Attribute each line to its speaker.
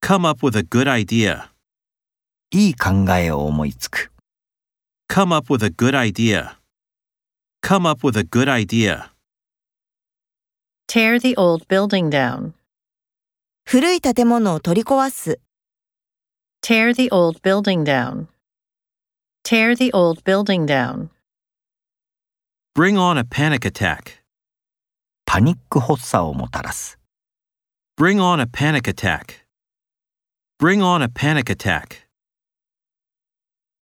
Speaker 1: Come up with a good idea.
Speaker 2: いい考えを思いつく。
Speaker 1: Come up with a good idea. Come up with a good idea.
Speaker 3: Tear the old building down.
Speaker 4: 古い建物を取り壊す。
Speaker 3: Tear the old building down. Tear the old building down.
Speaker 1: Bring on a panic attack.
Speaker 2: パニック発作をもたらす。
Speaker 1: Bring on a panic attack. Bring on a panic attack.